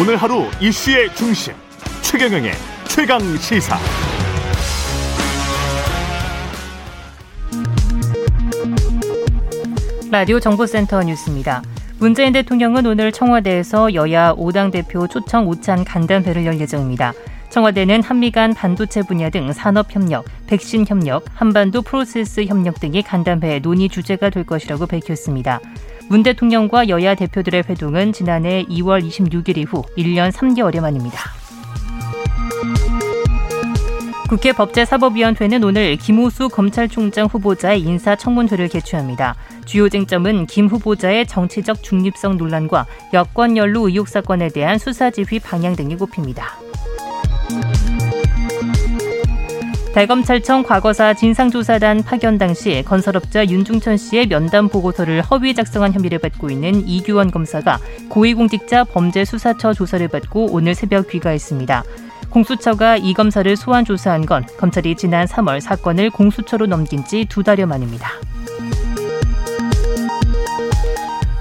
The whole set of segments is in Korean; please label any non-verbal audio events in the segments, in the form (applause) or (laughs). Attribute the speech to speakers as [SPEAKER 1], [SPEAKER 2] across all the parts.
[SPEAKER 1] 오늘 하루 이슈의 중심 최경영의 최강 시사.
[SPEAKER 2] 라디오 정보센터 뉴스입니다. 문재인 대통령은 오늘 청와대에서 여야 5당 대표 초청 오찬 간담회를 열 예정입니다. 청와대는 한미 간 반도체 분야 등 산업 협력, 백신 협력, 한반도 프로세스 협력 등이 간담회의 논의 주제가 될 것이라고 밝혔습니다. 문 대통령과 여야 대표들의 회동은 지난해 2월 26일 이후 1년 3개월여 만입니다. 국회 법제사법위원회는 오늘 김호수 검찰총장 후보자의 인사청문회를 개최합니다. 주요 쟁점은 김 후보자의 정치적 중립성 논란과 여권 연루 의혹 사건에 대한 수사지휘 방향 등이 꼽힙니다. 대검찰청 과거사 진상조사단 파견 당시 건설업자 윤중천 씨의 면담 보고서를 허위 작성한 혐의를 받고 있는 이규원 검사가 고위공직자 범죄수사처 조사를 받고 오늘 새벽 귀가했습니다. 공수처가 이 검사를 소환 조사한 건 검찰이 지난 3월 사건을 공수처로 넘긴 지 두 달여 만입니다.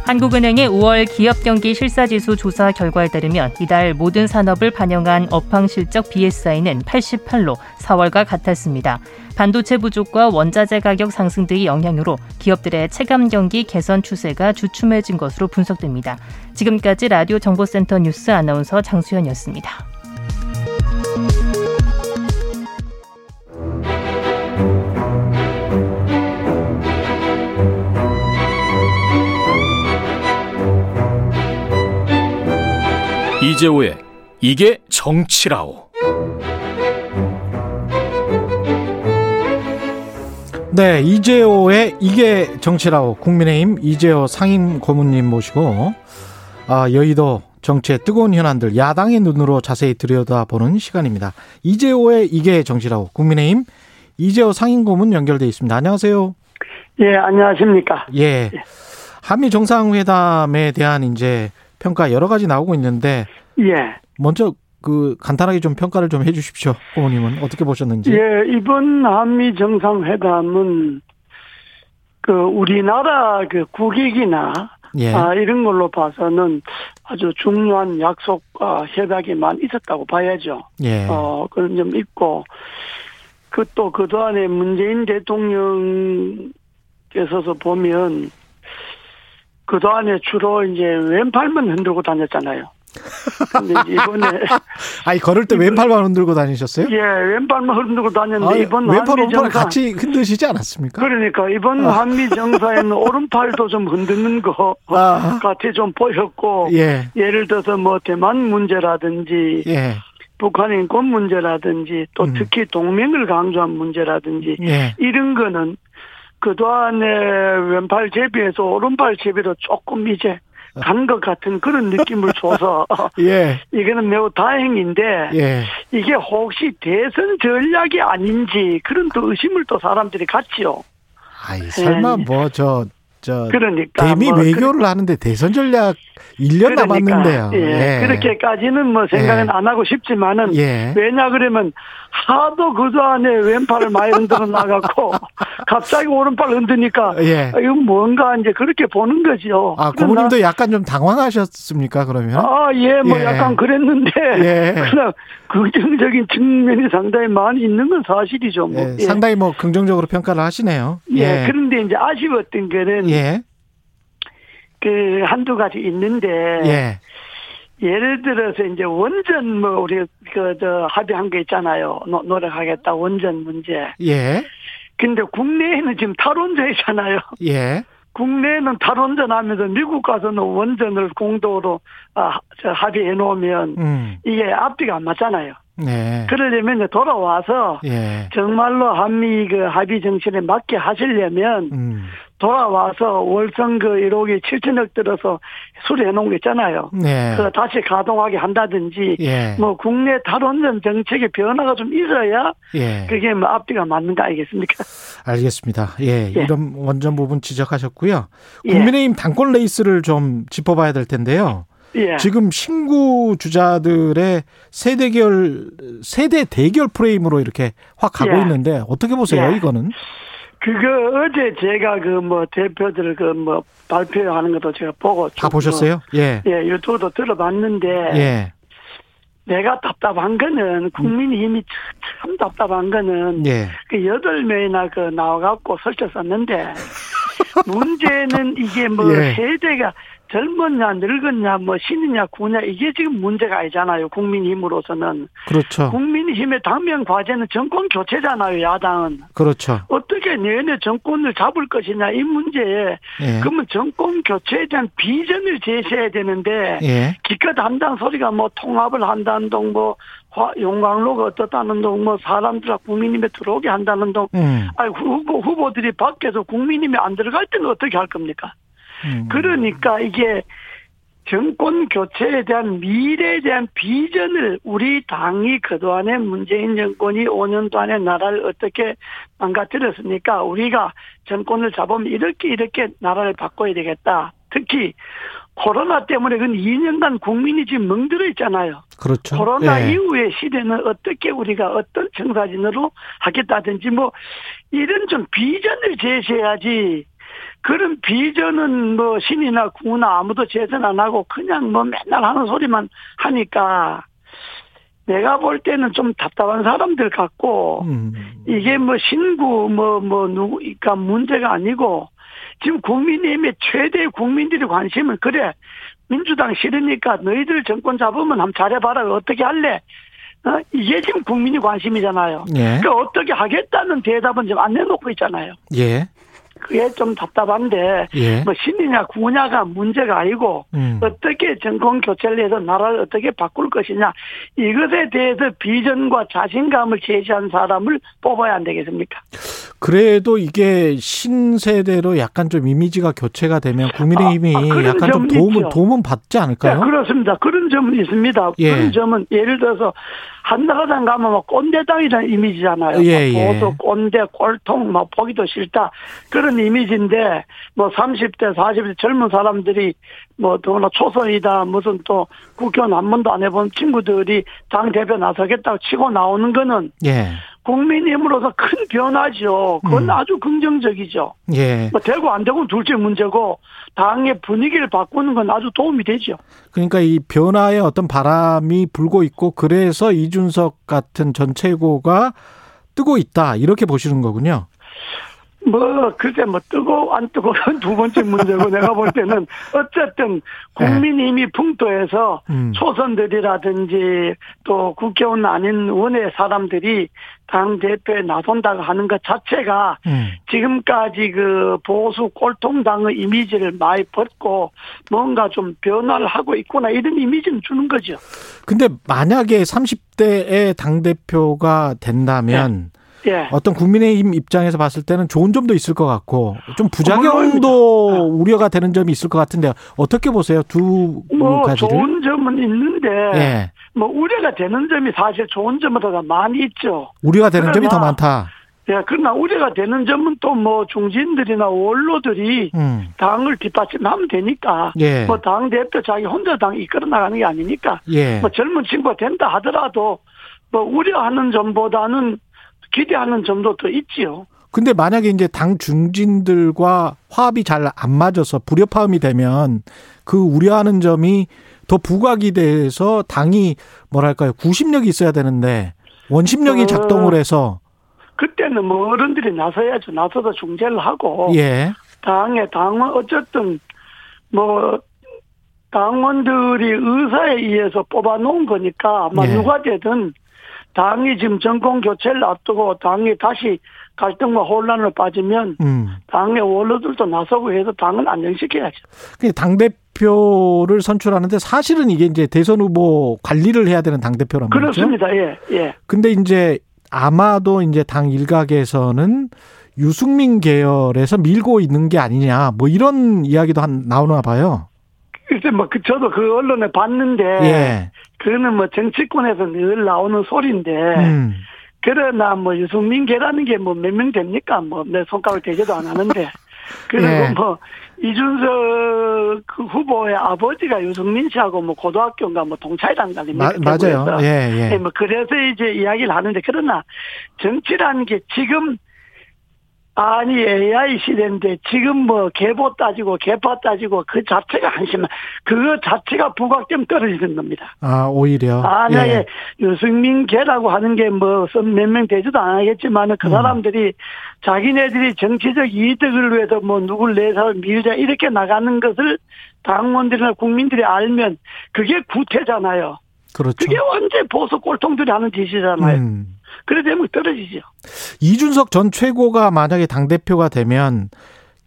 [SPEAKER 2] 한국은행의 5월 기업 경기 실사지수 조사 결과에 따르면 이달 모든 산업을 반영한 업황 실적 BSI는 88로 4월과 같았습니다. 반도체 부족과 원자재 가격 상승 등의 영향으로 기업들의 체감 경기 개선 추세가 주춤해진 것으로 분석됩니다. 지금까지 라디오 정보센터 뉴스 아나운서 장수현이었습니다.
[SPEAKER 3] 이재호의 이게 정치라오.
[SPEAKER 4] 네, 이재호의 이게 정치라고 국민의힘 이재호 상임 고문님 모시고 아, 여의도 정치의 뜨거운 현안들 야당의 눈으로 자세히 들여다보는 시간입니다. 이재호의 이게 정치라고 국민의힘 이재호 상임 고문 연결돼 있습니다. 안녕하세요.
[SPEAKER 5] 예, 안녕하십니까.
[SPEAKER 4] 예. 한미 정상회담에 대한 이제 평가 여러 가지 나오고 있는데
[SPEAKER 5] 예.
[SPEAKER 4] 먼저 그 간단하게 좀 평가를 좀 해주십시오. 고모님은 어떻게 보셨는지.
[SPEAKER 5] 예, 이번 한미 정상회담은 그 우리나라 그 국익이나
[SPEAKER 4] 예.
[SPEAKER 5] 아, 이런 걸로 봐서는 아주 중요한 약속과 아, 협약이만 있었다고 봐야죠.
[SPEAKER 4] 예.
[SPEAKER 5] 어, 그런 점 있고, 그 또 그동안에 문재인 대통령께서서 보면, 그동안에 주로 이제 왼팔만 흔들고 다녔잖아요. 근데 이제
[SPEAKER 4] (laughs)
[SPEAKER 5] 이번에,
[SPEAKER 4] 아니 걸을 때 왼팔만 흔들고 다니셨어요?
[SPEAKER 5] 예, 왼팔만 흔들고 다녔는데,
[SPEAKER 4] 아,
[SPEAKER 5] 이번
[SPEAKER 4] 왼팔
[SPEAKER 5] 한미
[SPEAKER 4] 오른팔
[SPEAKER 5] 정상.
[SPEAKER 4] 같이 흔드시지 않았습니까?
[SPEAKER 5] 그러니까, 이번 한미
[SPEAKER 4] (laughs)
[SPEAKER 5] 정사에는 오른팔도 좀 흔드는 거
[SPEAKER 4] 아.
[SPEAKER 5] 같이 좀 보였고,
[SPEAKER 4] 예.
[SPEAKER 5] 예를 들어서 뭐 대만 문제라든지,
[SPEAKER 4] 예.
[SPEAKER 5] 북한 인권 문제라든지 또
[SPEAKER 4] 음.
[SPEAKER 5] 특히 동맹을 강조한 문제라든지
[SPEAKER 4] 예.
[SPEAKER 5] 이런 거는 그동안에 왼팔 제비에서 오른팔 제비로 조금 이제
[SPEAKER 4] 아.
[SPEAKER 5] 간 것 같은 그런 느낌을
[SPEAKER 4] (laughs)
[SPEAKER 5] 줘서
[SPEAKER 4] 예.
[SPEAKER 5] 이거는 매우 다행인데
[SPEAKER 4] 예.
[SPEAKER 5] 이게 혹시 대선 전략이 아닌지 그런 또 의심을 또 사람들이 갖지요.
[SPEAKER 4] 아이 설마
[SPEAKER 5] 예.
[SPEAKER 4] 뭐 저 저
[SPEAKER 5] 그러니까
[SPEAKER 4] 대미
[SPEAKER 5] 뭐
[SPEAKER 4] 외교를 하는데 대선 전략 1년
[SPEAKER 5] 그러니까,
[SPEAKER 4] 남았는데요.
[SPEAKER 5] 예, 그렇게까지는 뭐 생각은
[SPEAKER 4] 예.
[SPEAKER 5] 안 하고 싶지만은
[SPEAKER 4] 예.
[SPEAKER 5] 왜냐 그러면 하도 그저 안에 왼팔을 많이 흔들어
[SPEAKER 4] (laughs)
[SPEAKER 5] 나갔고 갑자기 오른팔 흔드니까
[SPEAKER 4] 예.
[SPEAKER 5] 아, 이건 뭔가 이제 그렇게 보는 거죠.
[SPEAKER 4] 아,
[SPEAKER 5] 그러나-
[SPEAKER 4] 고모님도 약간 좀 당황하셨습니까, 그러면?
[SPEAKER 5] 아, 예, 뭐
[SPEAKER 4] 예.
[SPEAKER 5] 약간 그랬는데
[SPEAKER 4] 예.
[SPEAKER 5] 그냥 긍정적인 측면이 상당히 많이 있는 건 사실이죠. 뭐.
[SPEAKER 4] 예,
[SPEAKER 5] 예.
[SPEAKER 4] 상당히 뭐 긍정적으로 평가를 하시네요.
[SPEAKER 5] 예, 그런데 이제 아쉬웠던 거는
[SPEAKER 4] 예.
[SPEAKER 5] 그 한두 가지 있는데
[SPEAKER 4] 예.
[SPEAKER 5] 예를 들어서 이제 원전 뭐 우리 그 저 합의한 게 있잖아요. 노, 노력하겠다 원전 문제.
[SPEAKER 4] 예.
[SPEAKER 5] 근데 국내에는 지금 탈원전이잖아요. (laughs)
[SPEAKER 4] 예.
[SPEAKER 5] 국내에는 탈원전 하면서 미국 가서는 원전을 공도로 아, 저 합의해 놓으면
[SPEAKER 4] 음.
[SPEAKER 5] 이게 앞뒤가 안 맞잖아요.
[SPEAKER 4] 예.
[SPEAKER 5] 그러려면 이제 돌아와서
[SPEAKER 4] 예.
[SPEAKER 5] 정말로 한미 그 합의 정신에 맞게 하시려면
[SPEAKER 4] 음.
[SPEAKER 5] 돌아와서 월성 그 1호기 7천억 들어서 수리해 놓은 거 있잖아요.
[SPEAKER 4] 네.
[SPEAKER 5] 그거 다시 가동하게 한다든지
[SPEAKER 4] 예.
[SPEAKER 5] 뭐 국내 탈원전 정책의 변화가 좀 있어야
[SPEAKER 4] 예.
[SPEAKER 5] 그게 뭐 앞뒤가 맞는 거 아니겠습니까? (laughs)
[SPEAKER 4] 알겠습니다. 예.
[SPEAKER 5] 예.
[SPEAKER 4] 이런 원전 부분 지적하셨고요.
[SPEAKER 5] 예.
[SPEAKER 4] 국민의힘 당권 레이스를 좀 짚어봐야 될 텐데요.
[SPEAKER 5] 예.
[SPEAKER 4] 지금 신구 주자들의 세대 결 세대 대결 프레임으로 이렇게 확 가고
[SPEAKER 5] 예.
[SPEAKER 4] 있는데 어떻게 보세요
[SPEAKER 5] 예.
[SPEAKER 4] 이거는?
[SPEAKER 5] 그거 어제 제가 그 뭐 대표들 그 뭐 발표하는 것도 제가 보고
[SPEAKER 4] 다
[SPEAKER 5] 좀
[SPEAKER 4] 보셨어요? 예.
[SPEAKER 5] 뭐, 예, 유튜브도 들어봤는데
[SPEAKER 4] 예.
[SPEAKER 5] 내가 답답한 거는 국민의힘이 참 답답한 거는
[SPEAKER 4] 예.
[SPEAKER 5] 그 여덟 명이나 그 나와갖고
[SPEAKER 4] (laughs)
[SPEAKER 5] 설쳤었는데 문제는 이게 뭐
[SPEAKER 4] 예.
[SPEAKER 5] 세대가 젊었냐 늙었냐 뭐 신이냐 구냐 이게 지금 문제가 아니잖아요 국민의힘으로서는
[SPEAKER 4] 그렇죠.
[SPEAKER 5] 국민의힘의 당면 과제는 정권 교체잖아요 야당은
[SPEAKER 4] 그렇죠.
[SPEAKER 5] 어떻게 내내 정권을 잡을 것이냐 이 문제에
[SPEAKER 4] 예.
[SPEAKER 5] 그러면 정권 교체에 대한 비전을 제시해야 되는데
[SPEAKER 4] 예.
[SPEAKER 5] 기껏 한다는 소리가 뭐 통합을 한다는 동, 뭐 화- 용광로가 어떻다는 동, 뭐 사람들 국민님에 들어오게 한다는 동,
[SPEAKER 4] 음.
[SPEAKER 5] 아니 후보 후보들이 밖에서 국민님이 안 들어갈 때는 어떻게 할 겁니까?
[SPEAKER 4] 음.
[SPEAKER 5] 그러니까 이게 정권 교체에 대한 미래에 대한 비전을 우리 당이 그동안에 문재인 정권이 5년 동안에 나라를 어떻게 망가뜨렸습니까? 우리가 정권을 잡으면 이렇게 이렇게 나라를 바꿔야 되겠다. 특히 코로나 때문에 그 2년간 국민이 지금 멍들어 있잖아요.
[SPEAKER 4] 그렇죠.
[SPEAKER 5] 코로나
[SPEAKER 4] 예.
[SPEAKER 5] 이후의 시대는 어떻게 우리가 어떤 청사진으로 하겠다든지 뭐 이런 좀 비전을 제시해야지. 그런 비전은 뭐 신이나 구나 아무도 제선 안 하고 그냥 뭐 맨날 하는 소리만 하니까 내가 볼 때는 좀 답답한 사람들 같고
[SPEAKER 4] 음.
[SPEAKER 5] 이게 뭐 신구 뭐 뭐 누구니까 문제가 아니고 지금 국민의힘의 최대 국민들이 관심은 그래 민주당 싫으니까 너희들 정권 잡으면 한번 잘해봐라 어떻게 할래 어? 이게 지금 국민이 관심이잖아요.
[SPEAKER 4] 예.
[SPEAKER 5] 그러니까 어떻게 하겠다는 대답은 지금 안 내놓고 있잖아요.
[SPEAKER 4] 예.
[SPEAKER 5] 그게 좀 답답한데
[SPEAKER 4] 예.
[SPEAKER 5] 뭐 신이냐 구냐가 문제가 아니고
[SPEAKER 4] 음.
[SPEAKER 5] 어떻게 정권 교체를 해서 나라를 어떻게 바꿀 것이냐 이것에 대해서 비전과 자신감을 제시한 사람을 뽑아야 안 되겠습니까?
[SPEAKER 4] 그래도 이게 신세대로 약간 좀 이미지가 교체가 되면 국민의힘이
[SPEAKER 5] 아, 아, 그런
[SPEAKER 4] 약간 좀
[SPEAKER 5] 점이
[SPEAKER 4] 도움은
[SPEAKER 5] 있죠.
[SPEAKER 4] 도움은 받지
[SPEAKER 5] 네,
[SPEAKER 4] 않을까요?
[SPEAKER 5] 그렇습니다. 그런 점은 있습니다.
[SPEAKER 4] 예.
[SPEAKER 5] 그런 점은 예를 들어서 한나라당 가면 막 꼰대당이라는 이미지잖아요.
[SPEAKER 4] 예, 예.
[SPEAKER 5] 모두 꼰대, 꼴통, 뭐 보기도 싫다 그런 이미지인데 뭐 30대, 40대 젊은 사람들이 뭐 더구나 초선이다 무슨 또 국회의원 한 번도 안 해본 친구들이 당 대표 나서겠다고 치고 나오는 거는
[SPEAKER 4] 예.
[SPEAKER 5] 국민힘으로서 큰 변화죠. 그건
[SPEAKER 4] 음.
[SPEAKER 5] 아주 긍정적이죠.
[SPEAKER 4] 예.
[SPEAKER 5] 뭐 되고 안 되고는 둘째 문제고 당의 분위기를 바꾸는 건 아주 도움이 되죠.
[SPEAKER 4] 그러니까 이 변화의 어떤 바람이 불고 있고 그래서 이준석 같은 전체고가 뜨고 있다 이렇게 보시는 거군요.
[SPEAKER 5] 뭐 글쎄 뭐 뜨고 안 뜨고 (laughs) 두 번째 문제고 내가 볼 때는 어쨌든 국민의힘이 풍토해서
[SPEAKER 4] 네. 음.
[SPEAKER 5] 초선들이라든지 또 국회의원 아닌 원외 사람들이 당 대표에 나선다고 하는 것 자체가
[SPEAKER 4] 음.
[SPEAKER 5] 지금까지 그 보수 꼴통당의 이미지를 많이 벗고 뭔가 좀 변화를 하고 있구나 이런 이미지는 주는 거죠.
[SPEAKER 4] 근데 만약에 30대의 당 대표가 된다면
[SPEAKER 5] 예.
[SPEAKER 4] 어떤 국민의힘 입장에서 봤을 때는 좋은 점도 있을 것 같고 좀 부작용도
[SPEAKER 5] 아.
[SPEAKER 4] 우려가 되는 점이 있을 것 같은데 어떻게 보세요 두
[SPEAKER 5] 뭐
[SPEAKER 4] 가지를?
[SPEAKER 5] 좋은 점은 있는데
[SPEAKER 4] 예.
[SPEAKER 5] 뭐 우려가 되는 점이 사실 좋은 점보다 더 많이 있죠.
[SPEAKER 4] 우려가 되는 점이 더
[SPEAKER 5] 그러나-
[SPEAKER 4] 많다.
[SPEAKER 5] 예, 그러나 우려가 되는 점은 또 뭐 중진들이나 원로들이
[SPEAKER 4] 음.
[SPEAKER 5] 당을 뒷받침하면 되니까
[SPEAKER 4] 예.
[SPEAKER 5] 뭐 당 대표 자기 혼자 당 이끌어 나가는 게 아니니까
[SPEAKER 4] 예.
[SPEAKER 5] 뭐 젊은 친구가 된다 하더라도 뭐 우려하는 점보다는 기대하는 점도 더 있지요.
[SPEAKER 4] 근데 만약에 이제 당 중진들과 화합이 잘 안 맞아서 불협화음이 되면 그 우려하는 점이 더 부각이 돼서 당이 뭐랄까요 구심력이 있어야 되는데 원심력이
[SPEAKER 5] 어.
[SPEAKER 4] 작동을 해서
[SPEAKER 5] 그때는 뭐 어른들이 나서야죠. 나서서 중재를 하고
[SPEAKER 4] 예
[SPEAKER 5] 당의 당원 어쨌든 뭐 당원들이 의사에 의해서 뽑아놓은 거니까 아마
[SPEAKER 4] 네.
[SPEAKER 5] 누가 되든 당이 지금 정권 교체를 앞두고 당이 다시 갈등과 혼란을 빠지면
[SPEAKER 4] 음.
[SPEAKER 5] 당의 원로들도 나서고 해서 당을 안정시켜야죠.
[SPEAKER 4] 아, 당 대표를 선출하는데 사실은 이게 이제 대선 후보 관리를 해야 되는 당 대표란 말이죠.
[SPEAKER 5] 그렇습니다. 예, 예.
[SPEAKER 4] 근데 이제 아마도 이제 당 일각에서는 유승민 계열에서 밀고 있는 게 아니냐 뭐 이런 이야기도 한 나오나 봐요.
[SPEAKER 5] 글쎄 뭐 그- 저도 그 언론에 봤는데
[SPEAKER 4] 예.
[SPEAKER 5] 그거는 뭐 정치권에서 늘 나오는 소리인데
[SPEAKER 4] 음.
[SPEAKER 5] 그러나 뭐 유승민 계라는 게 뭐 몇 명 됩니까? 뭐 내 손가락을 대지도
[SPEAKER 4] (laughs)
[SPEAKER 5] 안 하는데. 그리고
[SPEAKER 4] 예.
[SPEAKER 5] 뭐 이준석 그 후보의 아버지가 유승민 씨하고 뭐 고등학교인가 뭐 동차이란 거 아닙니까?
[SPEAKER 4] 마- 맞아요.
[SPEAKER 5] 대구에서.
[SPEAKER 4] 예,
[SPEAKER 5] 네,
[SPEAKER 4] 예.
[SPEAKER 5] 뭐 그래서 이제 이야기를 하는데 그러나 정치라는 게 지금 아니 AI 시대인데 지금 뭐 개보 따지고 개파 따지고 그 자체가 한심한 그거 자체가 부각점 떨어지는 겁니다.
[SPEAKER 4] 아, 오히려.
[SPEAKER 5] 아, 네. 예. 유승민 개라고 하는 게 뭐 몇 명 되지도 않겠지만
[SPEAKER 4] 음.
[SPEAKER 5] 그 사람들이 자기네들이 정치적 이득을 위해서 뭐 누굴 내 사람 밀자 이렇게 나가는 것을 당원들이나 국민들이 알면 그게 구태잖아요.
[SPEAKER 4] 그렇죠.
[SPEAKER 5] 그게 완전 보수 꼴통들이 하는 짓이잖아요.
[SPEAKER 4] 음.
[SPEAKER 5] 그래 되면 떨어지죠.
[SPEAKER 4] 이준석 전 최고가 만약에 당대표가 되면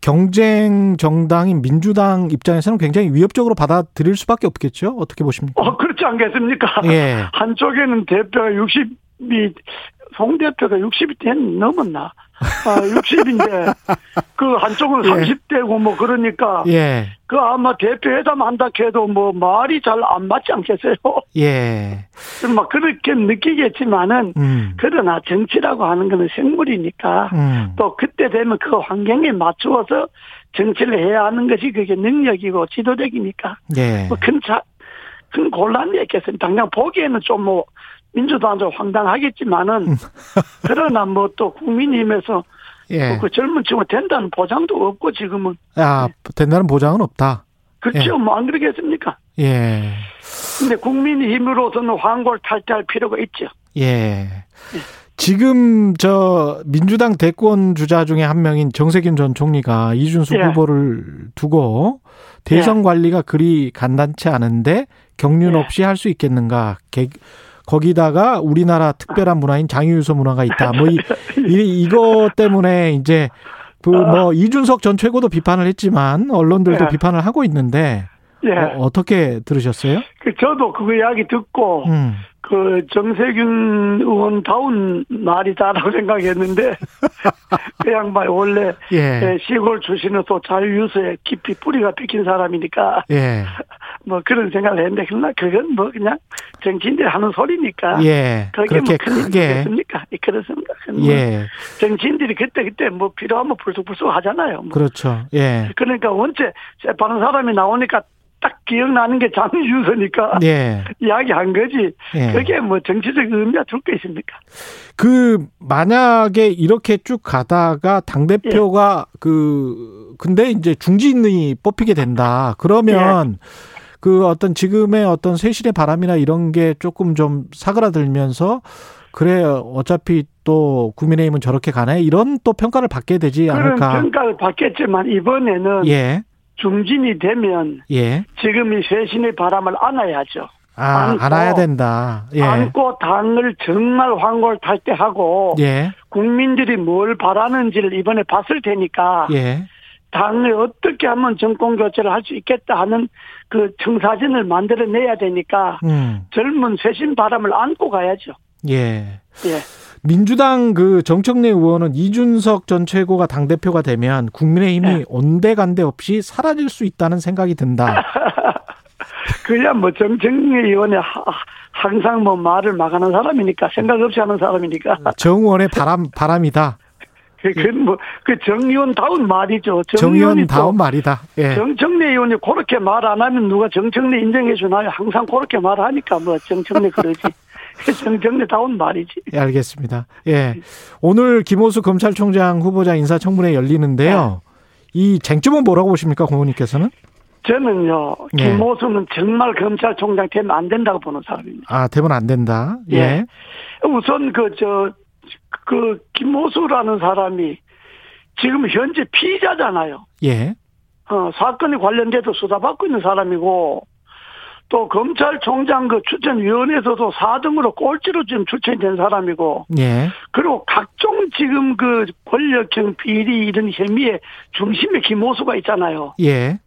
[SPEAKER 4] 경쟁 정당인 민주당 입장에서는 굉장히 위협적으로 받아들일 수밖에 없겠죠? 어떻게 보십니까?
[SPEAKER 5] 어, 그렇지 않겠습니까?
[SPEAKER 4] 예.
[SPEAKER 5] (laughs) 한쪽에는 대표가 60이, 송 대표가 60이 된 넘었나? 아,
[SPEAKER 4] (laughs)
[SPEAKER 5] 60인데, 그 한쪽은
[SPEAKER 4] 예.
[SPEAKER 5] 30대고 뭐 그러니까,
[SPEAKER 4] 예.
[SPEAKER 5] 그 아마 대표회담 한다 해도 뭐 말이 잘 안 맞지 않겠어요? (laughs)
[SPEAKER 4] 예.
[SPEAKER 5] 막 그렇게 느끼겠지만은,
[SPEAKER 4] 음.
[SPEAKER 5] 그러나 정치라고 하는 거는 생물이니까,
[SPEAKER 4] 음.
[SPEAKER 5] 또 그때 되면 그 환경에 맞추어서 정치를 해야 하는 것이 그게 능력이고 지도력이니까.
[SPEAKER 4] 예.
[SPEAKER 5] 뭐 큰, 차, 큰 곤란이 있겠어요. 당장 보기에는 좀 뭐, 민주당도 황당하겠지만은, 그러나 뭐 또 국민의힘에서
[SPEAKER 4] 예.
[SPEAKER 5] 그 젊은 친구 된다는 보장도 없고 지금은.
[SPEAKER 4] 아, 된다는 보장은 없다.
[SPEAKER 5] 그렇죠. 뭐 안 그러겠습니까?
[SPEAKER 4] 예.
[SPEAKER 5] 근데 국민의힘으로서는 황골 탈퇴할 필요가 있죠.
[SPEAKER 4] 예. 지금 저 민주당 대권 주자 중에 한 명인 정세균 전 총리가 이준수
[SPEAKER 5] 예.
[SPEAKER 4] 후보를 두고 대선 관리가 그리 간단치 않은데 경륜
[SPEAKER 5] 예.
[SPEAKER 4] 없이 할 수 있겠는가? 개- 거기다가 우리나라 특별한 문화인 장유유소 문화가 있다. 뭐 이, 이 이거 때문에 이제 그 뭐 이준석 전 최고도 비판을 했지만 언론들도
[SPEAKER 5] 예.
[SPEAKER 4] 비판을 하고 있는데
[SPEAKER 5] 예.
[SPEAKER 4] 어, 떻게 들으셨어요?
[SPEAKER 5] 그 저도 그 이야기 듣고,
[SPEAKER 4] 음.
[SPEAKER 5] 그 정세균 의원 다운 말이다라고
[SPEAKER 4] (laughs)
[SPEAKER 5] (laughs) 생각했는데, 그 양반이 원래
[SPEAKER 4] 예.
[SPEAKER 5] 예, 시골 출신은 또 자유유서에 깊이 뿌리가 박힌 사람이니까
[SPEAKER 4] 예.
[SPEAKER 5] 뭐 그런 생각을 했는데 그러나 그건 뭐 그냥 정치인들이 하는 소리니까
[SPEAKER 4] 예.
[SPEAKER 5] 그게
[SPEAKER 4] 그렇게
[SPEAKER 5] 뭐 큰일
[SPEAKER 4] 크게
[SPEAKER 5] 되겠습니까? 예, 그렇습니다. 그건 뭐
[SPEAKER 4] 예,
[SPEAKER 5] 정치인들이 그때 그때 뭐 필요하면 불쑥불쑥 하잖아요. 뭐.
[SPEAKER 4] 그렇죠. 예,
[SPEAKER 5] 그러니까 원체 재판한 사람이 나오니까 딱 기억나는 게 장유서니까
[SPEAKER 4] 예,
[SPEAKER 5] 이야기한 거지.
[SPEAKER 4] 예.
[SPEAKER 5] 아, 그게 뭐 정치적 의미가 둘 게 있습니까?
[SPEAKER 4] 그 만약에 이렇게 쭉 가다가 당 대표가
[SPEAKER 5] 예.
[SPEAKER 4] 그 근데 이제 중진이 뽑히게 된다.
[SPEAKER 5] 예.
[SPEAKER 4] 그러면 그 어떤 지금의 어떤 세실의 바람이나 이런 게 조금 좀 사그라들면서 그래 어차피 또 국민의힘은 저렇게 가네 이런 또 평가를 받게 되지
[SPEAKER 5] 그런
[SPEAKER 4] 않을까.
[SPEAKER 5] 평가를 받겠지만 이번에는
[SPEAKER 4] 그러니까. 예,
[SPEAKER 5] 중진이 되면
[SPEAKER 4] 예.
[SPEAKER 5] 지금 이 쇄신의 바람을 안아야죠.
[SPEAKER 4] 아,
[SPEAKER 5] 안고,
[SPEAKER 4] 알아야 된다. 예,
[SPEAKER 5] 안고 당을 정말 황골탈퇴하고
[SPEAKER 4] 예,
[SPEAKER 5] 국민들이 뭘 바라는지를 이번에 봤을 테니까
[SPEAKER 4] 예.
[SPEAKER 5] 당을 어떻게 하면 정권 교체를 할 수 있겠다 하는 그 청사진을 만들어내야 되니까
[SPEAKER 4] 음,
[SPEAKER 5] 젊은 쇄신 바람을 안고 가야죠.
[SPEAKER 4] 예.
[SPEAKER 5] 예,
[SPEAKER 4] 민주당 그 정청래 의원은 이준석 전 최고가 당대표가 되면 국민의힘이
[SPEAKER 5] 네.
[SPEAKER 4] 온데간데 없이 사라질 수 있다는 생각이 든다.
[SPEAKER 5] 그야 뭐 정청래 의원이 하- 항상 뭐 말을 막하는 사람이니까 생각 없이 하는 사람이니까
[SPEAKER 4] 정 의원의 바람, 바람이다.
[SPEAKER 5] 그뭐그 정의원 다운 말이죠.
[SPEAKER 4] 음. 정
[SPEAKER 5] 정의원이
[SPEAKER 4] 의원
[SPEAKER 5] 또
[SPEAKER 4] 다운 말이다. 예.
[SPEAKER 5] 정청래 의원이 그렇게 말 안 하면 누가 정청래 인정해 주나요? 항상 그렇게 말하니까 뭐 정청래
[SPEAKER 4] (laughs)
[SPEAKER 5] 그러지. 정청래 다운 말이지.
[SPEAKER 4] 예, 알겠습니다. 예. 오늘 김호수 검찰총장 후보자 인사청문회 열리는데요.
[SPEAKER 5] 네.
[SPEAKER 4] 이 쟁점은 뭐라고 보십니까, 고모님께서는?
[SPEAKER 5] 저는요,
[SPEAKER 4] 예.
[SPEAKER 5] 김호수는 정말 검찰총장 되면 안 된다고 보는 사람입니다.
[SPEAKER 4] 아, 되면 안 된다. 예.
[SPEAKER 5] 예. 우선 그, 저, 그, 김호수라는 사람이 지금 현재 피의자잖아요.
[SPEAKER 4] 예.
[SPEAKER 5] 어, 사건에 관련돼서 수사받고 있는 사람이고, 또 검찰총장 그 추천위원회에서도 4등으로 꼴찌로 지금 추천된 사람이고,
[SPEAKER 4] 예.
[SPEAKER 5] 그리고 각종 지금 그 권력형 비리 이런 혐의의 중심에 김호수가 있잖아요.
[SPEAKER 4] 예.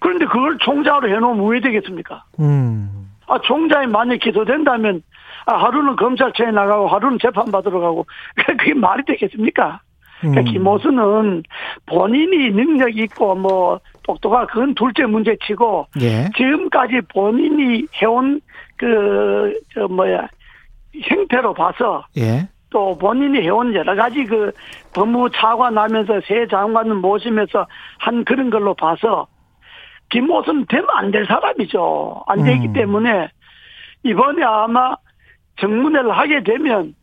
[SPEAKER 5] 그런데 그걸 총장으로 해놓으면 왜 되겠습니까?
[SPEAKER 4] 음.
[SPEAKER 5] 아, 총장이 만약 기소된다면, 아, 하루는 검찰청에 나가고 하루는 재판받으러 가고, (laughs) 그게 말이 되겠습니까? 그러니까
[SPEAKER 4] 음.
[SPEAKER 5] 김호수는 본인이 능력 있고 뭐 똑똑한 그건 둘째 문제 치고,
[SPEAKER 4] 예.
[SPEAKER 5] 지금까지 본인이 해온 그, 저 뭐야, 형태로 봐서
[SPEAKER 4] 예.
[SPEAKER 5] 또 본인이 해온 여러 가지 그 법무 차관하면서 새 장관을 모시면서 한 그런 걸로 봐서 김호수는 되면 안 될 사람이죠. 안 되기
[SPEAKER 4] 음.
[SPEAKER 5] 때문에 이번에 아마 정문회를 하게 되면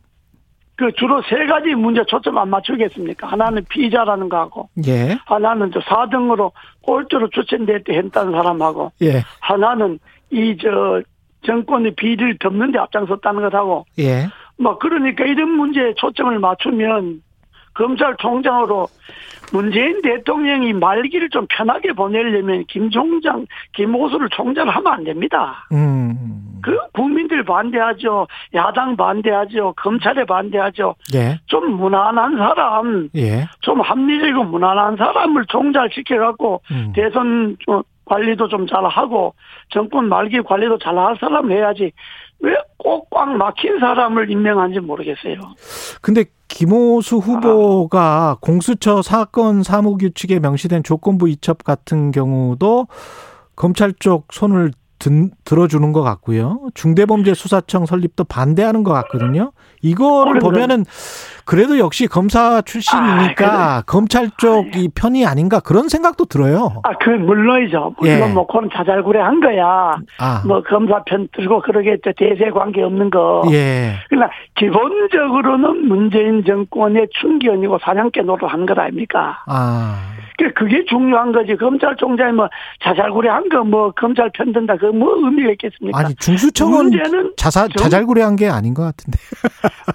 [SPEAKER 5] 그 주로 세 가지 문제 초점 안 맞추겠습니까? 하나는 피의자라는 거하고,
[SPEAKER 4] 예.
[SPEAKER 5] 하나는 저 4등으로 꼴찌로 추천될 때 했다는 사람하고,
[SPEAKER 4] 예.
[SPEAKER 5] 아, 하나는 이 저 정권의 비리를 덮는 데 앞장섰다는 것하고,
[SPEAKER 4] 예.
[SPEAKER 5] 뭐 그러니까 이런 문제에 초점을 맞추면 검찰총장으로 문재인 대통령이 말기를 좀 편하게 보내려면 김총장, 김호수를 총장하면 안 됩니다.
[SPEAKER 4] 음.
[SPEAKER 5] 그 국민들 반대하죠. 야당 반대하죠. 검찰에 반대하죠.
[SPEAKER 4] 예.
[SPEAKER 5] 좀 무난한 사람,
[SPEAKER 4] 예.
[SPEAKER 5] 좀 합리적이고 무난한 사람을 총잘시켜갖고
[SPEAKER 4] 음.
[SPEAKER 5] 대선 좀 관리도 좀 잘하고 정권 말기 관리도 잘할 사람 해야지 왜 꼭 꽉 막힌 사람을 임명한지 모르겠어요.
[SPEAKER 4] 근데 김호수 후보가 공수처 사건 사무 규칙에 명시된 조건부 이첩 같은 경우도 검찰 쪽 손을 든, 들어주는 것 같고요. 중대범죄수사청 설립도 반대하는 것 같거든요. 이거를
[SPEAKER 5] 어렵네.
[SPEAKER 4] 보면은 그래도 역시 검사 출신이니까
[SPEAKER 5] 아,
[SPEAKER 4] 검찰 쪽 이 편이 아닌가 그런 생각도 들어요.
[SPEAKER 5] 아, 그 물론이죠.
[SPEAKER 4] 예.
[SPEAKER 5] 물론 뭐 그건 자잘구레한 거야.
[SPEAKER 4] 아,
[SPEAKER 5] 뭐 검사 편 들고 그러겠죠. 대세 관계 없는 거.
[SPEAKER 4] 예,
[SPEAKER 5] 그러나 기본적으로는 문재인 정권의 충견이고 사냥개 노릇한 것 아닙니까?
[SPEAKER 4] 아,
[SPEAKER 5] 그- 그게 중요한 거지. 검찰총장이 뭐 자살구레한 거 뭐 검찰 편든다 그 뭐 의미가 있겠습니까?
[SPEAKER 4] 아니 중수청은
[SPEAKER 5] 문제는
[SPEAKER 4] 자사
[SPEAKER 5] 정-
[SPEAKER 4] 자잘구레한 게 아닌 것 같은데.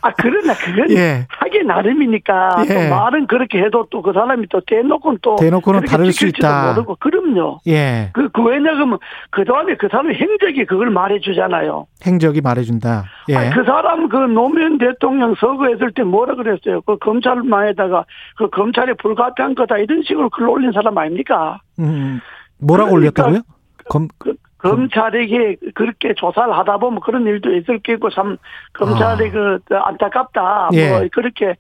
[SPEAKER 5] 아 그러나 그건
[SPEAKER 4] 예.
[SPEAKER 5] 하기 나름이니까
[SPEAKER 4] 예.
[SPEAKER 5] 또 말은 그렇게 해도 또 그 사람이 또 대놓고는 또
[SPEAKER 4] 대놓고는
[SPEAKER 5] 그렇게
[SPEAKER 4] 다를 수
[SPEAKER 5] 지킬지도
[SPEAKER 4] 있다.
[SPEAKER 5] 모르고 그럼요.
[SPEAKER 4] 예,
[SPEAKER 5] 그, 그 왜냐하면 그 다음에 그 사람 행적이 그걸 말해주잖아요.
[SPEAKER 4] 행적이 말해준다. 예.
[SPEAKER 5] 아니, 그 사람 그 노무현 대통령 서거했을 때 뭐라 그랬어요? 그 검찰만에다가 그 검찰에 불가피한 거다 이런 식으로 글 올린 사람 아닙니까?
[SPEAKER 4] 음, 뭐라고
[SPEAKER 5] 그러니까
[SPEAKER 4] 올렸다고요? 검,
[SPEAKER 5] 그- 검찰에게 그렇게 조사를 하다 보면 그런 일도 있을 거고 참 검찰이
[SPEAKER 4] 아.
[SPEAKER 5] 그 안타깝다
[SPEAKER 4] 예.
[SPEAKER 5] 뭐 그렇게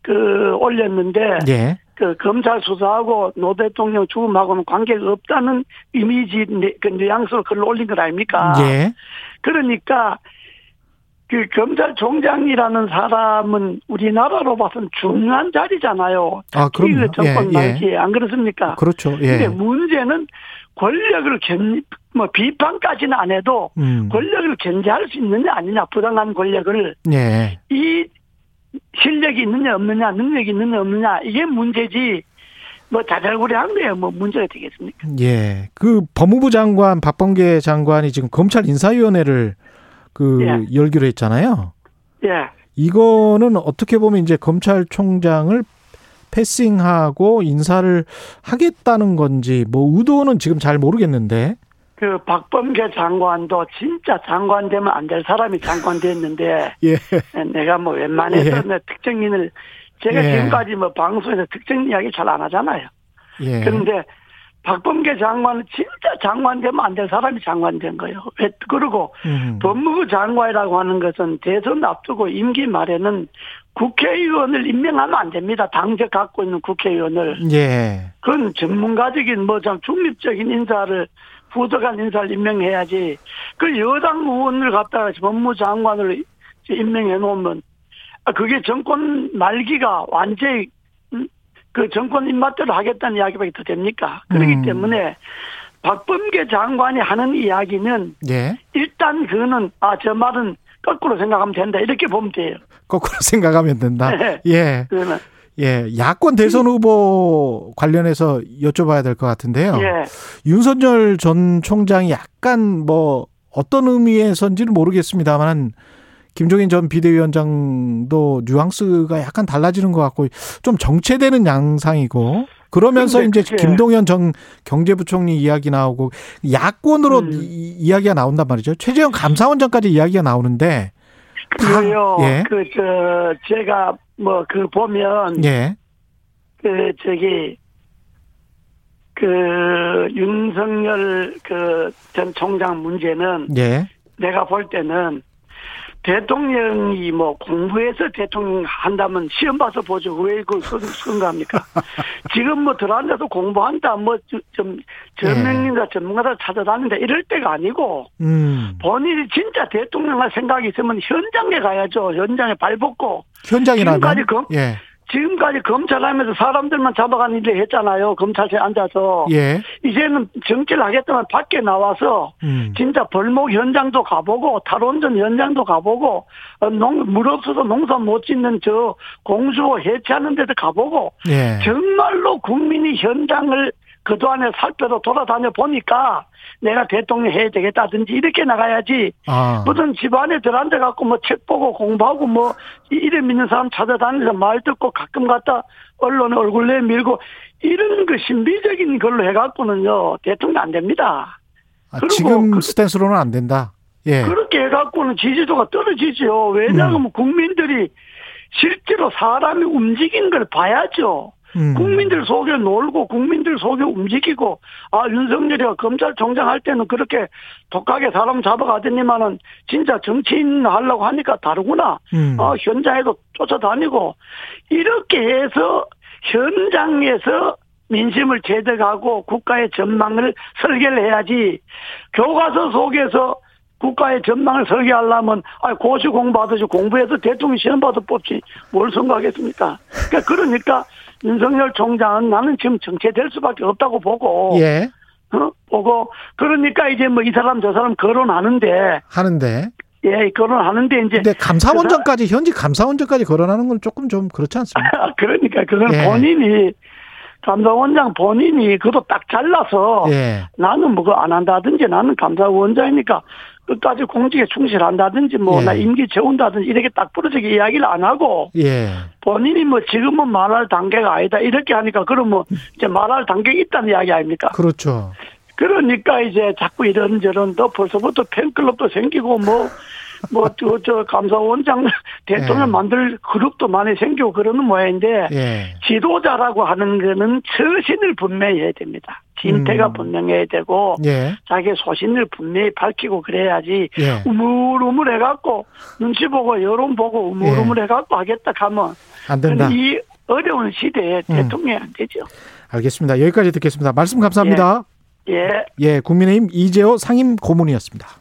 [SPEAKER 5] 그 올렸는데
[SPEAKER 4] 예.
[SPEAKER 5] 그 검찰 수사하고 노 대통령 죽음하고는 관계가 없다는 이미지 뉘- 그 뉘앙스로 글을 올린 거 아닙니까?
[SPEAKER 4] 예.
[SPEAKER 5] 그러니까 그 검찰총장이라는 사람은 우리나라로 봐선 중요한 자리잖아요.
[SPEAKER 4] 아,
[SPEAKER 5] 특히
[SPEAKER 4] 그럼요.
[SPEAKER 5] 그 정권
[SPEAKER 4] 예, 예.
[SPEAKER 5] 말기에 안 그렇습니까?
[SPEAKER 4] 그렇죠. 예.
[SPEAKER 5] 근데 뭐 문제는 권력을 견, 뭐 비판까지는 안 해도
[SPEAKER 4] 음.
[SPEAKER 5] 권력을 견제할 수 있느냐 아니냐 부당한 권력을
[SPEAKER 4] 예.
[SPEAKER 5] 이 실력이 있느냐 없느냐 능력이 있느냐 없느냐 이게 문제지 뭐 자잘구레한 거예요 뭐 문제가 되겠습니까?
[SPEAKER 4] 예. 그 법무부 장관 박범계 장관이 지금 검찰 인사위원회를 그
[SPEAKER 5] 예.
[SPEAKER 4] 열기로 했잖아요.
[SPEAKER 5] 예,
[SPEAKER 4] 이거는 어떻게 보면 이제 검찰총장을 패싱하고 인사를 하겠다는 건지 뭐 의도는 지금 잘 모르겠는데.
[SPEAKER 5] 그 박범계 장관도 진짜 장관 되면 안 될 사람이 장관 됐는데
[SPEAKER 4] (laughs) 예.
[SPEAKER 5] 내가 뭐 웬만해서
[SPEAKER 4] 예.
[SPEAKER 5] 내 특정인을 제가
[SPEAKER 4] 예.
[SPEAKER 5] 지금까지 뭐 방송에서 특정 이야기 잘 안 하잖아요.
[SPEAKER 4] 예.
[SPEAKER 5] 그런데 박범계 장관은 진짜 장관 되면 안 될 사람이 장관 된 거예요. 왜 그리고
[SPEAKER 4] 음.
[SPEAKER 5] 법무부 장관이라고 하는 것은 대선 앞두고 임기 말에는 국회의원을 임명하면 안 됩니다. 당적 갖고 있는 국회의원을
[SPEAKER 4] 예.
[SPEAKER 5] 그건 전문가적인 뭐 참 중립적인 인사를 부족한 인사를 임명해야지 그 여당 의원을 갖다가 법무부 장관을 임명해 놓으면 아, 그게 정권 말기가 완전히 음, 그 정권 입맛대로 하겠다는 이야기밖에 더 됩니까? 그렇기
[SPEAKER 4] 음.
[SPEAKER 5] 때문에 박범계 장관이 하는 이야기는
[SPEAKER 4] 예.
[SPEAKER 5] 일단 그거는 아 저 말은 거꾸로 생각하면 된다 이렇게 보면 돼요.
[SPEAKER 4] 거꾸로 (laughs) 생각하면 된다.
[SPEAKER 5] 네.
[SPEAKER 4] 예.
[SPEAKER 5] 그거는
[SPEAKER 4] 예, 야권 대선
[SPEAKER 5] 음.
[SPEAKER 4] 후보 관련해서 여쭤봐야 될 것 같은데요.
[SPEAKER 5] 예
[SPEAKER 4] 윤석열 전 총장이 약간 뭐 어떤 의미에서인지는 모르겠습니다만 김종인 전 비대위원장도 뉘앙스가 약간 달라지는 것 같고 좀 정체되는 양상이고 그러면서
[SPEAKER 5] 근데
[SPEAKER 4] 이제
[SPEAKER 5] 그게-
[SPEAKER 4] 김동연 전 경제부총리 이야기 나오고 야권으로
[SPEAKER 5] 음.
[SPEAKER 4] 이, 이야기가 나온단 말이죠. 최재형 감사원장까지 이야기가 나오는데 다-
[SPEAKER 5] 그요
[SPEAKER 4] 예.
[SPEAKER 5] 그 저 제가 뭐 그 보면
[SPEAKER 4] 예.
[SPEAKER 5] 그 저기 그 윤석열 그 전 총장 문제는
[SPEAKER 4] 예.
[SPEAKER 5] 내가 볼 때는 대통령이 뭐 공부해서 대통령 한다면 시험 봐서 보죠. 왜 그걸 쓴, 쓴 겁니까? 지금 뭐 들어앉아서 공부한다, 뭐 좀 전명인가 전문가다 찾아다닌다 이럴 때가 아니고
[SPEAKER 4] 음.
[SPEAKER 5] 본인이 진짜 대통령 할 생각이 있으면 현장에 가야죠. 현장에 발벗고
[SPEAKER 4] 현장이라면
[SPEAKER 5] 지금까지 그-
[SPEAKER 4] 예.
[SPEAKER 5] 지금까지 검찰하면서 사람들만 잡아가는 일을 했잖아요. 검찰에 앉아서.
[SPEAKER 4] 예.
[SPEAKER 5] 이제는 정치를 하겠다면 밖에 나와서
[SPEAKER 4] 음.
[SPEAKER 5] 진짜 벌목 현장도 가보고 탈원전 현장도 가보고 어, 농, 물 없어서 농사 못 짓는 저 공수호 해체하는 데도 가보고
[SPEAKER 4] 예.
[SPEAKER 5] 정말로 국민이 현장을 그동안에 살펴서 돌아다녀 보니까 내가 대통령 해야 되겠다든지 이렇게 나가야지
[SPEAKER 4] 아.
[SPEAKER 5] 무슨 집안에 들어앉아 갖고 뭐 책 보고 공부하고 뭐 이- 이름 있는 사람 찾아다니면서 말 듣고 가끔 갔다 언론에 얼굴 내밀고 이런 그 신비적인 걸로 해갖고는요 대통령 안 됩니다.
[SPEAKER 4] 아,
[SPEAKER 5] 그리고
[SPEAKER 4] 지금
[SPEAKER 5] 그-
[SPEAKER 4] 스탠스로는 안 된다. 예. 음.
[SPEAKER 5] 그렇게 해갖고는 지지도가 떨어지죠. 왜냐하면 국민들이 실제로 사람이 움직인 걸 봐야죠.
[SPEAKER 4] 음.
[SPEAKER 5] 국민들 속에 놀고 국민들 속에 움직이고 아 윤석열이가 검찰총장 할 때는 그렇게 독하게 사람 잡아가더니만은 진짜 정치인 하려고 하니까 다르구나.
[SPEAKER 4] 음.
[SPEAKER 5] 어, 현장에도 쫓아다니고 이렇게 해서 현장에서 민심을 제대하고 국가의 전망을 설계를 해야지 교과서 속에서 국가의 전망을 설계하려면 아 고시 공부하듯이 공부해서 대통령 시험 봐도 뽑지 뭘 선거하겠습니까? 그러니까, 그러니까 윤석열 총장은 나는 지금 정체될 수밖에 없다고 보고
[SPEAKER 4] 예.
[SPEAKER 5] 어? 보고 그러니까 이제 뭐 이 사람 저 사람 거론하는데
[SPEAKER 4] 하는데.
[SPEAKER 5] 예 거론하는데 이제
[SPEAKER 4] 근데 감사원장까지 현직 감사원장까지 거론하는 건 조금 좀 그렇지 않습니까?
[SPEAKER 5] 아, (laughs) 그러니까 그건
[SPEAKER 4] 예.
[SPEAKER 5] 본인이 감사원장 본인이 그것도 딱 잘라서
[SPEAKER 4] 예.
[SPEAKER 5] 나는 뭐 그거 안 한다든지 나는 감사원장이니까 끝까지 공직에 충실한다든지 뭐
[SPEAKER 4] 예.
[SPEAKER 5] 나 임기 채운다든지 이렇게 딱 부러지게 이야기를 안 하고
[SPEAKER 4] 예.
[SPEAKER 5] 본인이 뭐 지금은 말할 단계가 아니다 이렇게 하니까 그럼 뭐 이제 말할 단계가 있다는 이야기 아닙니까?
[SPEAKER 4] 그렇죠.
[SPEAKER 5] 그러니까 이제 자꾸 이런저런 또 벌써부터 팬클럽도 생기고 뭐, 뭐뭐저 저 감사원장 대통령
[SPEAKER 4] 예.
[SPEAKER 5] 만들 그룹도 많이 생기고 그러는 모양인데
[SPEAKER 4] 예.
[SPEAKER 5] 지도자라고 하는 거는 처신을 분명히 해야 됩니다. 진퇴가
[SPEAKER 4] 음.
[SPEAKER 5] 분명해야 되고
[SPEAKER 4] 예.
[SPEAKER 5] 자기 소신을 분명히 밝히고 그래야지
[SPEAKER 4] 예.
[SPEAKER 5] 우물우물 해갖고 눈치 보고 여론 보고 우물우물 해갖고 하겠다 하면
[SPEAKER 4] 안 예. 된다.
[SPEAKER 5] 근데 이 어려운 시대에
[SPEAKER 4] 음.
[SPEAKER 5] 대통령이 안 되죠.
[SPEAKER 4] 알겠습니다. 여기까지 듣겠습니다. 말씀 감사합니다.
[SPEAKER 5] 예.
[SPEAKER 4] 예. 국민의힘 이재호 상임 고문이었습니다.